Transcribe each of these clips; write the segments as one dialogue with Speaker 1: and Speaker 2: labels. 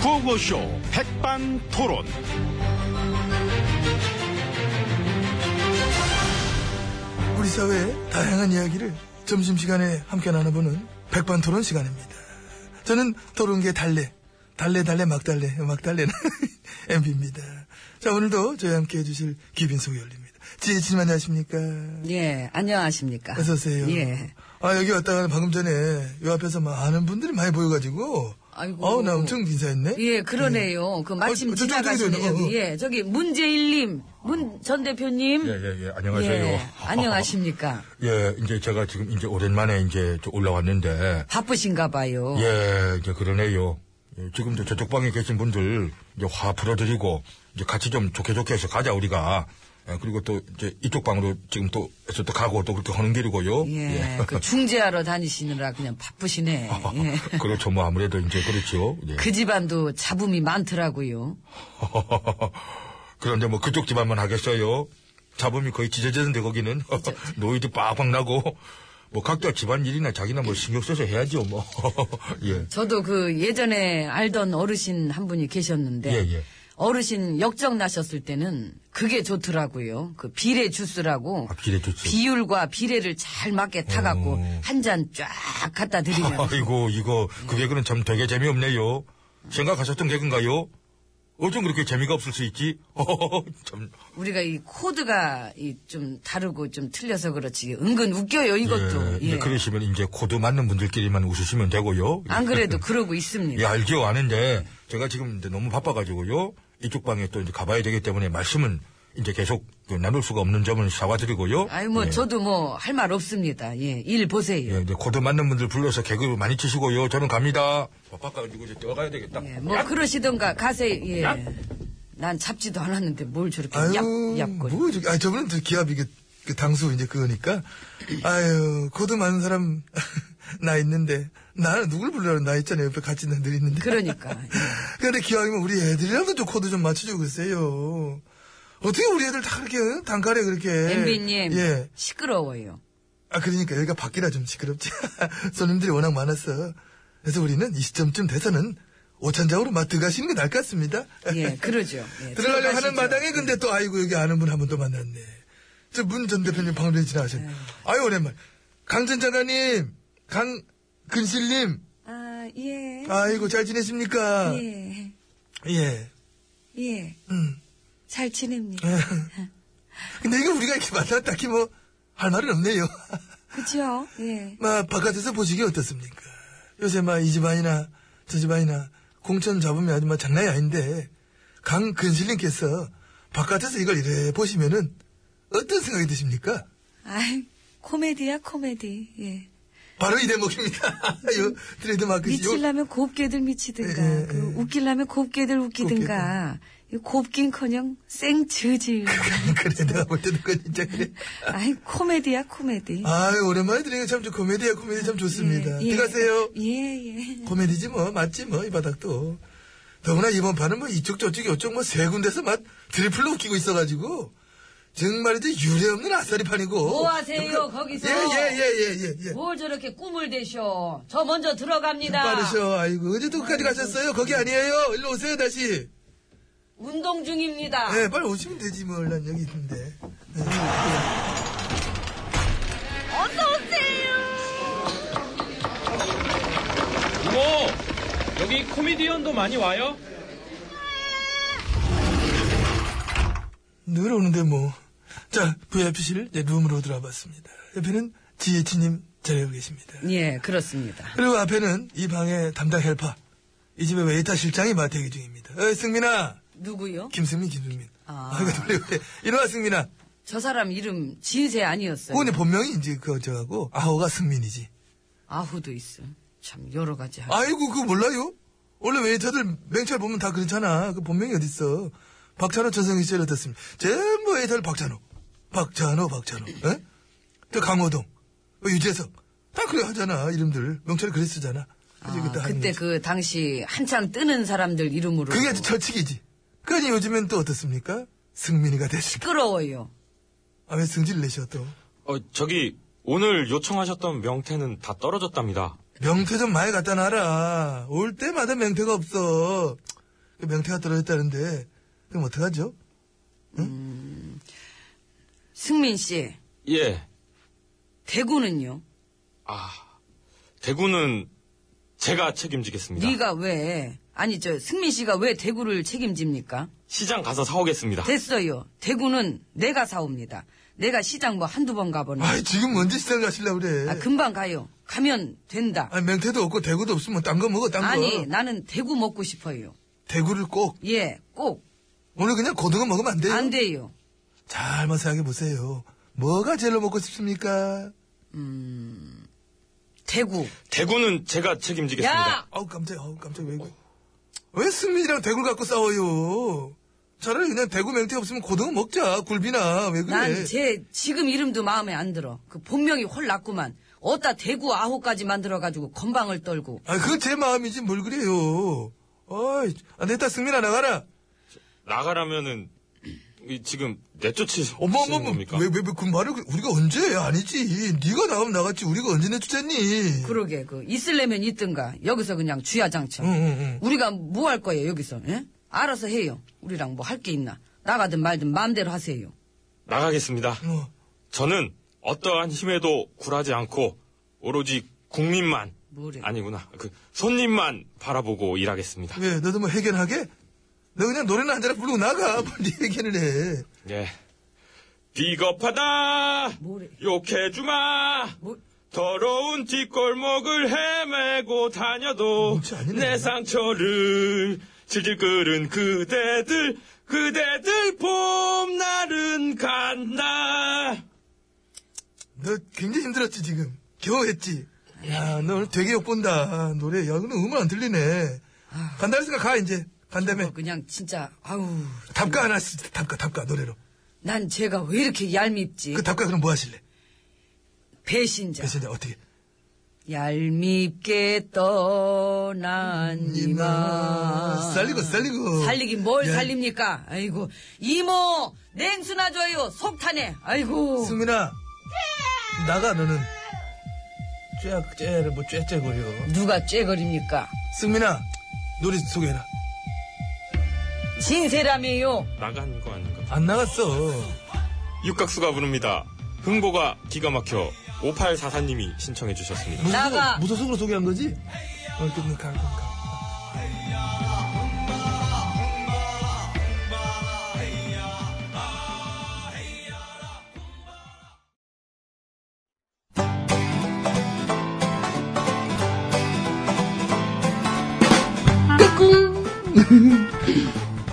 Speaker 1: 구호쇼 백반토론.
Speaker 2: 우리 사회의 다양한 이야기를 점심시간에 함께 나눠보는 백반토론 시간입니다. 저는 토론계 달래, 달래 달래 막달래 막달래는 MB입니다. 자 오늘도 저희 함께 해주실 기빈석 열립니다. 지혜진님 안녕하십니까?
Speaker 3: 예, 안녕하십니까.
Speaker 2: 어서 오세요.
Speaker 3: 예.
Speaker 2: 아 여기 왔다가 방금 전에 요 앞에서 막 아는 분들이 많이 보여가지고
Speaker 3: 아이고.
Speaker 2: 어우 나 엄청 인사했네.
Speaker 3: 예, 그러네요. 그 마침
Speaker 2: 어, 저, 저, 저기, 저기,
Speaker 3: 지나가시는
Speaker 2: 저기,
Speaker 3: 여기,
Speaker 2: 어, 어.
Speaker 3: 예, 저기 문재일님, 문 전 대표님.
Speaker 4: 예, 예, 예. 안녕하세요.
Speaker 3: 예, 안녕하십니까.
Speaker 4: 예, 이제 제가 지금 이제 오랜만에 이제 저 올라왔는데,
Speaker 3: 바쁘신가 봐요.
Speaker 4: 예, 이제 그러네요. 예, 지금도 저쪽 방에 계신 분들 이제 화 풀어드리고, 이제 같이 좀 좋게 좋게 해서 가자, 우리가. 예, 그리고 또 이제 이쪽 방으로 지금 또 해서 또 가고 또 그렇게 하는 길이고요.
Speaker 3: 예, 그 중재하러 다니시느라 그냥 바쁘시네. 예.
Speaker 4: 그렇죠. 뭐 아무래도 이제 그렇죠. 예.
Speaker 3: 그 집안도 잡음이 많더라고요.
Speaker 4: 그런데 뭐 그쪽 집안만 하겠어요. 잡음이 거의 찢어지는데 거기는 노이드 빡빡 나고 뭐 각자 집안 일이나 자기나 뭐 신경 써서 해야죠 뭐. 예.
Speaker 3: 저도 그 예전에 알던 어르신 한 분이 계셨는데
Speaker 4: 예, 예.
Speaker 3: 어르신 역정 나셨을 때는 그게 좋더라고요. 그 비례 주스라고
Speaker 4: 아, 비례 주스. 음.
Speaker 3: 비율과 비례를 잘 맞게 타갖고 한 잔 쫙 갖다 드리면
Speaker 4: 아이고 이거 그 개그는 참 되게 재미없네요. 생각하셨던 개그인가요? 어쩜 그렇게 재미가 없을 수 있지? 참
Speaker 3: 우리가 이 코드가 이 좀 다르고 좀 틀려서 그렇지 은근 웃겨요 이것도.
Speaker 4: 예,
Speaker 3: 예.
Speaker 4: 그러시면 이제 코드 맞는 분들끼리만 웃으시면 되고요.
Speaker 3: 안 그래도 그러고
Speaker 4: 예,
Speaker 3: 있습니다.
Speaker 4: 알죠, 아는데, 제가 지금 이제 너무 바빠가지고요. 이쪽 방에 또 이제 가봐야 되기 때문에 말씀은 이제 계속 그 나눌 수가 없는 점은 사과드리고요.
Speaker 3: 아이 뭐
Speaker 4: 예.
Speaker 3: 저도 뭐 할 말 없습니다. 예, 일 보세요.
Speaker 4: 예, 이제 코드 맞는 분들 불러서 개그 많이 치시고요. 저는 갑니다. 바빠가지고 이제 뛰어가야 되겠다.
Speaker 3: 예, 뭐 그러시던가 가세요. 예. 난 잡지도 않았는데 뭘 저렇게
Speaker 2: 아유,
Speaker 3: 얍얍거리.
Speaker 2: 뭐, 저기, 아, 저분은 또 기합, 이게, 그 당수, 이제 그거니까. 아유, 고도 많은 사람, 나 있는데. 나는 누굴 불러요? 나 있잖아요. 옆에 같이 늘 있는데.
Speaker 3: 그러니까.
Speaker 2: 근데 기왕이면 우리 애들이라도 좀 코드 좀 맞춰주고 그러세요. 어떻게 우리 애들 다 그렇게, 단칼에 그렇게.
Speaker 3: 엠비님
Speaker 2: 예.
Speaker 3: 시끄러워요.
Speaker 2: 아, 그러니까 여기가 밖이라 좀 시끄럽지. 손님들이 워낙 많았어. 그래서 우리는 이 시점쯤 돼서는 오찬장으로 맛 들어가시는 게 나을 것 같습니다.
Speaker 3: 예, 그러죠. 예,
Speaker 2: 들어가려고
Speaker 3: 들어가시죠.
Speaker 2: 하는 마당에 그 근데 또 아이고 여기 아는 분 한 분 또 만났네. 저 문 전 대표님 방금 전에 지나가셨네. 아유 오랜만. 강 전 장관님, 강근실님,
Speaker 3: 아, 예.
Speaker 2: 아이고 잘 지내십니까?
Speaker 3: 예.
Speaker 2: 예.
Speaker 3: 예.
Speaker 2: 음. 예.
Speaker 3: 잘 지냅니다.
Speaker 2: 근데 이거 우리가 이렇게 만나 딱히 뭐 할 말은 없네요.
Speaker 3: 그죠? 예.
Speaker 2: 막 바깥에서 보시기 어떻습니까? 요새 막 이 집안이나 저 집안이나 공천 잡으면 아주 막 장난이 아닌데 강근실님께서 바깥에서 이걸 이래 보시면은 어떤 생각이 드십니까?
Speaker 3: 아이, 코미디야, 코미디. 예.
Speaker 2: 바로 이 대목입니다. 요 트레이드마크
Speaker 3: 미치려면 곱게들 미치든가,
Speaker 2: 예, 예,
Speaker 3: 그
Speaker 2: 예.
Speaker 3: 웃기려면 곱게들 웃기든가, 이 곱긴커녕 생즈질.
Speaker 2: 그래 내가 볼 때는 그건 진짜 그래.
Speaker 3: 아이, 코미디야, 코미디.
Speaker 2: 아유 오랜만에 들으니까 참 좋- 코미디야 코미디 참 좋습니다. 들어가세요.
Speaker 3: 예, 예.
Speaker 2: 코미디지 뭐 맞지 뭐 이 바닥도. 더구나 이번 판은 뭐 이쪽 저쪽 이쪽 뭐 세 군데서 막 드리플로 웃기고 있어가지고 정말 이제 유례 없는 아싸리 판이고.
Speaker 3: 뭐 하세요, 거기서?
Speaker 2: 예예예예예 예. 예.
Speaker 3: 뭘 저렇게 꿈을 대셔. 저 먼저 들어갑니다.
Speaker 2: 빠르셔 아이고 언제 도까지 가셨어요? 거기 아니에요. 일로 오세요 다시.
Speaker 3: 운동 중입니다.
Speaker 2: 예 빨리 오시면 되지 뭘 난 여기 있는데. 네,
Speaker 5: 이모 여기 코미디언도 많이 와요?
Speaker 2: 늘 오는데 뭐. 자, VIP실 이제 룸으로 들어와 봤습니다. 옆에는 지혜치님 자리하고 계십니다.
Speaker 3: 예, 그렇습니다.
Speaker 2: 그리고 앞에는 이 방의 담당 헬파. 이 집의 웨이터 실장이 막 대기 중입니다. 어이, 승민아!
Speaker 3: 누구요?
Speaker 2: 김승민, 김승민.
Speaker 3: 아.
Speaker 2: 아, 이거 돌려 그래. 일어나, 승민아.
Speaker 3: 저 사람 이름 진세 아니었어요.
Speaker 2: 오늘 본명이 이제 그, 저하고, 아호가 승민이지.
Speaker 3: 아후도 있어. 참 여러 가지. 하...
Speaker 2: 아이고, 그거 몰라요? 원래 웨이터들 맹찰 보면 다 그렇잖아. 그 본명이 어딨어. 박찬호 전성기 시절 어떻습니까? 전부 웨이터를 박찬호. 박찬호, 박찬호. 에? 저 강호동. 어, 유재석. 다 그래 하잖아, 이름들. 명찰이 그래 쓰잖아.
Speaker 3: 아,
Speaker 2: 그래서 그때 하는
Speaker 3: 그때
Speaker 2: 거지.
Speaker 3: 그 당시 한참 뜨는 사람들 이름으로
Speaker 2: 그게 아주 철칙이지. 그러니 요즘엔 또 어떻습니까? 승민이가 되실 거.
Speaker 3: 시끄러워요.
Speaker 2: 아, 왜 승질 내셔, 또.
Speaker 6: 어, 저기, 오늘 요청하셨던 명태는 다 떨어졌답니다.
Speaker 2: 명태 좀 많이 갖다 놔라. 올 때마다 명태가 없어. 그 명태가 떨어졌다는데 그럼 어떡하죠?
Speaker 3: 승민 씨,
Speaker 6: 예.
Speaker 3: 대구는요?
Speaker 6: 아, 대구는 제가 책임지겠습니다.
Speaker 3: 네가 왜 아니 저 승민 씨가 왜 대구를 책임집니까?
Speaker 6: 시장 가서 사오겠습니다.
Speaker 3: 됐어요. 대구는 내가 사옵니다. 내가 시장 뭐 한두 번 가보니
Speaker 2: 아이 지금 언제 시장 가실라 그래?
Speaker 3: 아, 금방 가요. 가면 된다.
Speaker 2: 네. 아, 명태도 없고 대구도 없으면 딴 거 먹어 딴 거.
Speaker 3: 아니 나는 대구 먹고 싶어요.
Speaker 2: 대구를 꼭
Speaker 3: 예, 꼭 안
Speaker 2: 오늘 그냥 고등어 먹으면 안 돼요.
Speaker 3: 돼요.
Speaker 2: 잘만 생각해 보세요. 뭐가 제일로 먹고 싶습니까?
Speaker 3: 대구.
Speaker 6: 대구는 제가 책임지겠습니다.
Speaker 3: 야,
Speaker 2: 아우 깜짝이야. 아우 깜짝 왜 이거. 왜 승민이랑 대구를 갖고 싸워요? 차라리 그냥 대구 명태 없으면 고등어 먹자. 굴비나. 왜 그래?
Speaker 3: 난 제 지금 이름도 마음에 안 들어. 그 본명이 홀 났구만. 어따 대구 아호까지 만들어가지고 건방을 떨고.
Speaker 2: 아, 그건 제 마음이지 뭘 그래요. 어이, 안 됐다 승민아 나가라.
Speaker 6: 나가라면은 이 지금 내쫓으시는
Speaker 2: 어머 어머 어머.
Speaker 6: 겁니까?
Speaker 2: 왜왜 왜 그 말을 그- 우리가 언제? 아니지. 네가 나가면 나갔지. 우리가 언제 내주잖니?
Speaker 3: 그러게 그 있을래면 있든가 여기서 그냥 주야장처.
Speaker 2: 응, 응,
Speaker 3: 우리가 뭐 할 거예요 여기서? 예? 알아서 해요. 우리랑 뭐 할 게 있나? 나가든 말든 마음대로 하세요.
Speaker 6: 나가겠습니다.
Speaker 2: 어.
Speaker 6: 저는 어떠한 힘에도 굴하지 않고 오로지 국민만
Speaker 3: 뭐래?
Speaker 6: 아니구나 그 손님만 바라보고 일하겠습니다.
Speaker 2: 왜 너도 뭐 해견하게? 너 그냥 노래나 한 자락 부르고 나가. 빨리 해견을 해.
Speaker 6: 예. 비겁하다.
Speaker 3: 뭐래?
Speaker 6: 욕해주마.
Speaker 3: 뭐?
Speaker 6: 더러운 뒷골목을 헤매고 다녀도
Speaker 2: 뭔지 아니네.
Speaker 6: 내 상처를 질질 끓은 그대들 그대들 봄날은 간다.
Speaker 2: 너 굉장히 힘들었지 지금. 겨우 했지. 야, 너 오늘 되게 욕본다. 노래. 야, 근데 음원 안 들리네. 간다 했으니까 가 이제. 간다며.
Speaker 3: 어, 그냥 진짜 아우.
Speaker 2: 답가 하나씩. 답가 답가 노래로.
Speaker 3: 난 제가 왜 이렇게 얄밉지?
Speaker 2: 그 답가 그럼 뭐 하실래?
Speaker 3: 배신자.
Speaker 2: 배신자 어떻게?
Speaker 3: 얄밉게 떠난 이마.
Speaker 2: 음, 아, 살리고 살리고.
Speaker 3: 살리긴 뭘
Speaker 2: 야,
Speaker 3: 살립니까? 아이고 이모 냉수나 줘요 속탄에. 아이고.
Speaker 2: 승민아 나가 너는 쬐 쬐를 뭐 쬐쬐거려
Speaker 3: 누가 쬐거립니까?
Speaker 2: 승민아 노래 소개해라
Speaker 3: 진세람이에요.
Speaker 6: 나간 거 아닌가?
Speaker 2: 안 나갔어
Speaker 6: 육각수가 부릅니다. 흥보가 기가 막혀 5844님이 신청해 주셨습니다.
Speaker 3: 나가.
Speaker 2: 무소속으로 소개한 거지? 오늘 또 그니까 까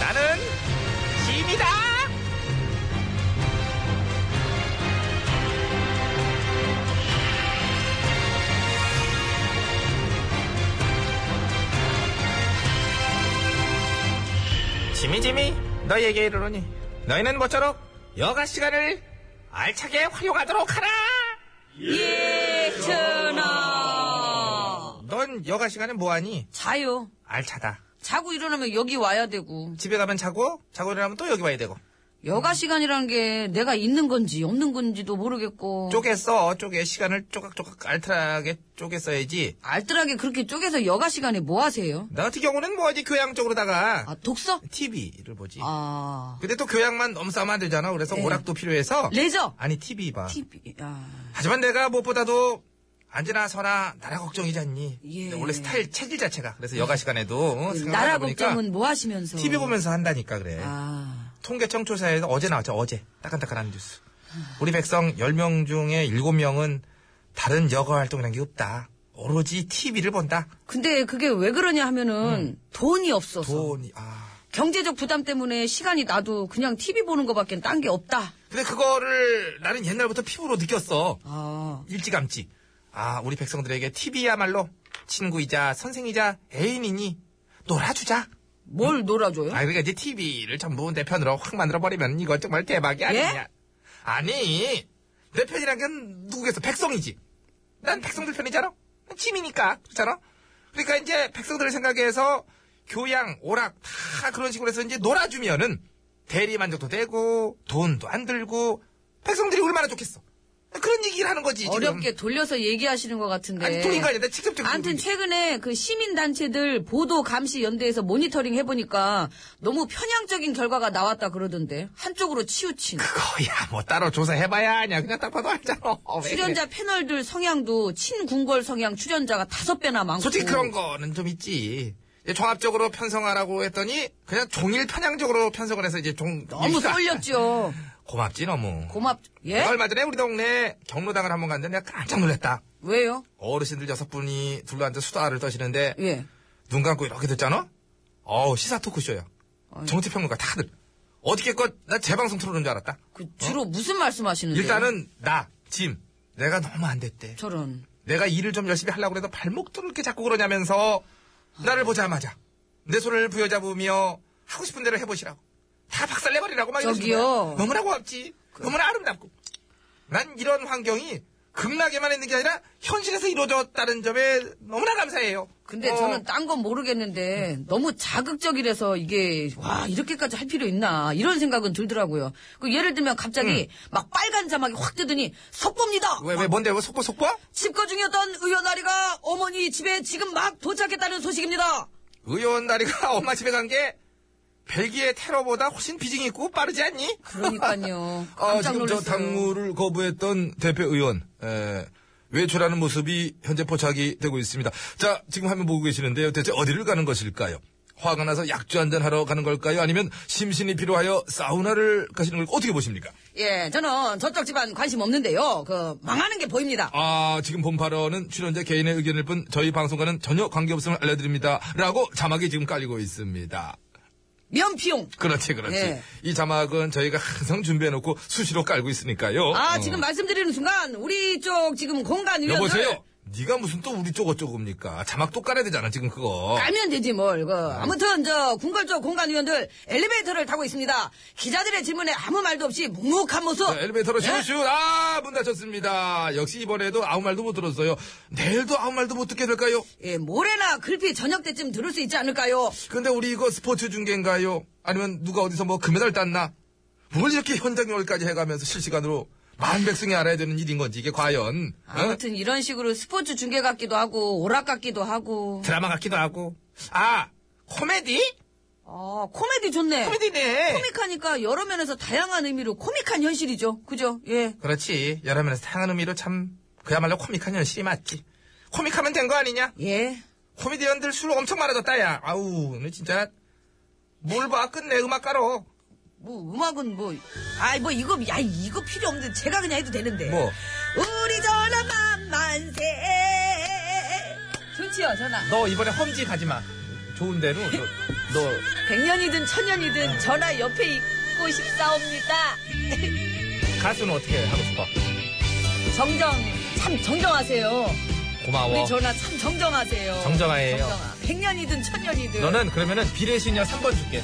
Speaker 5: 나는 짐이다.
Speaker 4: 지미 지미 너희에게 이르노니 너희는 모쪼록 여가 시간을 알차게 활용하도록 하라.
Speaker 3: 예천아
Speaker 4: 넌 여가 시간에 뭐하니?
Speaker 3: 자요.
Speaker 4: 알차다.
Speaker 3: 자고 일어나면 여기 와야 되고
Speaker 4: 집에 가면 자고 자고 일어나면 또 여기 와야 되고
Speaker 3: 여가 시간이란 게 내가 있는 건지 없는 건지도 모르겠고
Speaker 4: 쪼개서 쪼개 시간을 쪼각쪼각 알뜰하게 쪼개 써야지.
Speaker 3: 알뜰하게 그렇게 쪼개서 여가 시간에 뭐 하세요?
Speaker 4: 나 같은 경우는 뭐하지 교양 쪽으로다가
Speaker 3: 아, 독서?
Speaker 4: TV를 보지.
Speaker 3: 아,
Speaker 4: 근데 또 교양만 너무 싸면 안 되잖아. 그래서
Speaker 3: 네.
Speaker 4: 오락도 필요해서
Speaker 3: 레저?
Speaker 4: 아니 TV 봐.
Speaker 3: TV, 아,
Speaker 4: 하지만 내가 무엇보다도 앉으나 서나 나라 걱정이지 않니?
Speaker 3: 예.
Speaker 4: 원래 스타일 체질 자체가 그래서 여가 시간에도
Speaker 3: 그
Speaker 4: 생각하다
Speaker 3: 나라
Speaker 4: 보니까
Speaker 3: 걱정은 뭐 하시면서?
Speaker 4: TV 보면서 한다니까 그래.
Speaker 3: 아,
Speaker 4: 통계청 조사에서 어제 나왔죠, 어제. 따끈따끈한 뉴스. 우리 백성 10명 중에 7명은 다른 여가 활동이란 게 없다. 오로지 TV를 본다.
Speaker 3: 근데 그게 왜 그러냐 하면은 돈이 없어서
Speaker 4: 음. 돈이, 아.
Speaker 3: 경제적 부담 때문에 시간이 나도 그냥 TV 보는 거밖에 딴 게 없다.
Speaker 4: 근데 그거를 나는 옛날부터 피부로 느꼈어.
Speaker 3: 아,
Speaker 4: 일찌감치. 아, 우리 백성들에게 TV야말로 친구이자 선생이자 애인이니 놀아주자.
Speaker 3: 뭘 놀아줘요?
Speaker 4: 아, 그러니까 이제 TV를 전부 내 편으로 확 만들어버리면 이건 정말 대박이
Speaker 3: 예?
Speaker 4: 아니냐. 아니, 내 편이란 건 누구겠어? 백성이지. 난 백성들 편이잖아? 난 짐이니까. 그렇잖아? 그러니까 이제 백성들을 생각해서 교양, 오락, 다 그런 식으로 해서 이제 놀아주면은 대리 만족도 되고 돈도 안 들고 백성들이 얼마나 좋겠어. 그런 얘기를 하는 거지. 지금.
Speaker 3: 어렵게 돌려서 얘기하시는 것 같은데.
Speaker 4: 아니, 돈인가 아니야. 직접적으로.
Speaker 3: 아무튼 최근에 그 시민단체들 보도 감시 연대에서 모니터링 해보니까 너무 편향적인 결과가 나왔다 그러던데 한쪽으로 치우친
Speaker 4: 거야, 뭐 따로 조사해봐야 하냐. 그냥 딱 봐도 알잖아. 왜 그래.
Speaker 3: 출연자 패널들 성향도 친군걸 성향 출연자가 다섯 배나 많고
Speaker 4: 솔직히 그런 거는 좀 있지. 이제 종합적으로 편성하라고 했더니 그냥 종일 편향적으로 편성을 해서 이제 종
Speaker 3: 너무
Speaker 4: 일사-
Speaker 3: 쏠렸죠
Speaker 4: 고맙지 너무.
Speaker 3: 고맙 예
Speaker 4: 내가 얼마 전에 우리 동네 경로당을 한번 갔는데 내가 깜짝 놀랐다.
Speaker 3: 왜요
Speaker 4: 어르신들 여섯 분이 둘러앉아 수다를 떠시는데
Speaker 3: 예
Speaker 4: 눈 감고 이렇게 듣잖아. 어우 시사 토크쇼야. 정치 평론가 다들 어떻게껏 나 재방송 틀어놓은 줄 알았다.
Speaker 3: 그 주로 무슨 말씀하시는데
Speaker 4: 일단은 나 짐. 내가 너무 안 됐대.
Speaker 3: 저런
Speaker 4: 내가 일을 좀 열심히 하려고 해도 발목도 이렇게 자꾸 그러냐면서 나를 보자마자 내 손을 부여잡으며 하고 싶은 대로 해보시라고 다 박살내버리라고 막 이러시는
Speaker 3: 저기요. 그
Speaker 4: 거야. 너무나 고맙지 너무나 아름답고 난 이런 환경이 극락에만 있는 게 아니라 현실에서 이루어졌다는 점에 너무나 감사해요
Speaker 3: 근데
Speaker 4: 어,
Speaker 3: 저는 딴 건 모르겠는데 너무 자극적이라서 이게 와 이렇게까지 할 필요 있나 이런 생각은 들더라고요. 그 예를 들면
Speaker 7: 음.
Speaker 3: 갑자기 막 빨간 자막이 확 뜨더니 속보입니다.
Speaker 4: 왜, 왜 뭔데 왜 속보 속보?
Speaker 3: 집거 중이었던 의원 아리가 어머니 집에 지금 막 도착했다는 소식입니다.
Speaker 4: 의원 다리가 엄마 집에 간 게 벨기에 테러보다 훨씬 비중이 있고 빠르지 않니?
Speaker 3: 그러니까요.
Speaker 7: 아,
Speaker 3: 깜짝
Speaker 7: 지금 저
Speaker 3: 놀랐어요.
Speaker 7: 당무를 거부했던 대표 의원 에, 외출하는 모습이 현재 포착이 되고 있습니다. 자, 지금 화면 보고 계시는데요. 대체 어디를 가는 것일까요? 화가 나서 약주 한잔 하러 가는 걸까요? 아니면 심신이 필요하여 사우나를 가시는 걸 어떻게 보십니까?
Speaker 3: 예, 저는 저쪽 집안 관심 없는데요. 그 망하는 게 보입니다.
Speaker 7: 아, 지금 본 발언은 출연자 개인의 의견일 뿐 저희 방송과는 전혀 관계없음을 알려드립니다. 라고 자막이 지금 깔리고 있습니다.
Speaker 3: 면피용.
Speaker 7: 그렇지, 그렇지.
Speaker 3: 예.
Speaker 7: 이 자막은 저희가 항상 준비해놓고 수시로 깔고 있으니까요.
Speaker 3: 아
Speaker 7: 어.
Speaker 3: 지금 말씀드리는 순간 우리 쪽 지금 공간 위원들
Speaker 7: 여보세요. 네가 무슨 또 우리 쪽 어쩌고입니까? 자막 또 깔아야 되잖아 지금 그거.
Speaker 3: 깔면 되지 뭘. 그, 어. 아무튼 저 궁궐 쪽 공간 위원들 엘리베이터를 타고 있습니다. 기자들의 질문에 아무 말도 없이 묵묵한 모습.
Speaker 7: 자, 엘리베이터로
Speaker 3: 예?
Speaker 7: 슛슛 아문 닫혔습니다. 역시 이번에도 아무 말도 못 들었어요. 내일도 아무 말도 못 듣게 될까요?
Speaker 3: 예, 모레나 글피 저녁 때쯤 들을 수 있지 않을까요?
Speaker 7: 근데 우리 이거 스포츠 중계인가요? 아니면 누가 어디서 뭐 금메달 땄나? 뭘 이렇게 현장열까지 해가면서 실시간으로 만백승이 알아야 되는 일인 건지 이게 과연 어?
Speaker 3: 아무튼 이런 식으로 스포츠 중계 같기도 하고 오락 같기도 하고.
Speaker 4: 드라마 같기도 하고 아 코미디?
Speaker 3: 아 코미디 좋네.
Speaker 4: 코미디네
Speaker 3: 코믹하니까 여러 면에서 다양한 의미로 코믹한 현실이죠. 그죠? 예.
Speaker 4: 그렇지. 여러 면에서 다양한 의미로 참 그야말로 코믹한 현실이 맞지. 코믹하면 된 거 아니냐?
Speaker 3: 예.
Speaker 4: 코미디언들 수로 엄청 많아졌다 야. 아우 너 진짜 뭘 봐. 끝내 음악 깔어.
Speaker 3: 뭐 음악은 뭐 아이 뭐 이거 야 이거 필요 없는데 제가 그냥 해도 되는데
Speaker 4: 뭐?
Speaker 3: 우리 전화 만만세 좋지요 전화
Speaker 4: 너 이번에 험지 가지마. 좋은 대로 너, 너
Speaker 3: 백년이든 천년이든 전화 옆에 있고 싶사옵니다
Speaker 4: 가수는 어떻게 하고 싶어?
Speaker 3: 정정 참 정정하세요
Speaker 4: 고마워.
Speaker 3: 우리 전화 참 정정하세요
Speaker 4: 뭐? 정정하예요.
Speaker 3: 정정하. 백년이든 천년이든
Speaker 4: 너는 그러면은 비례 신녀 3번 줄게.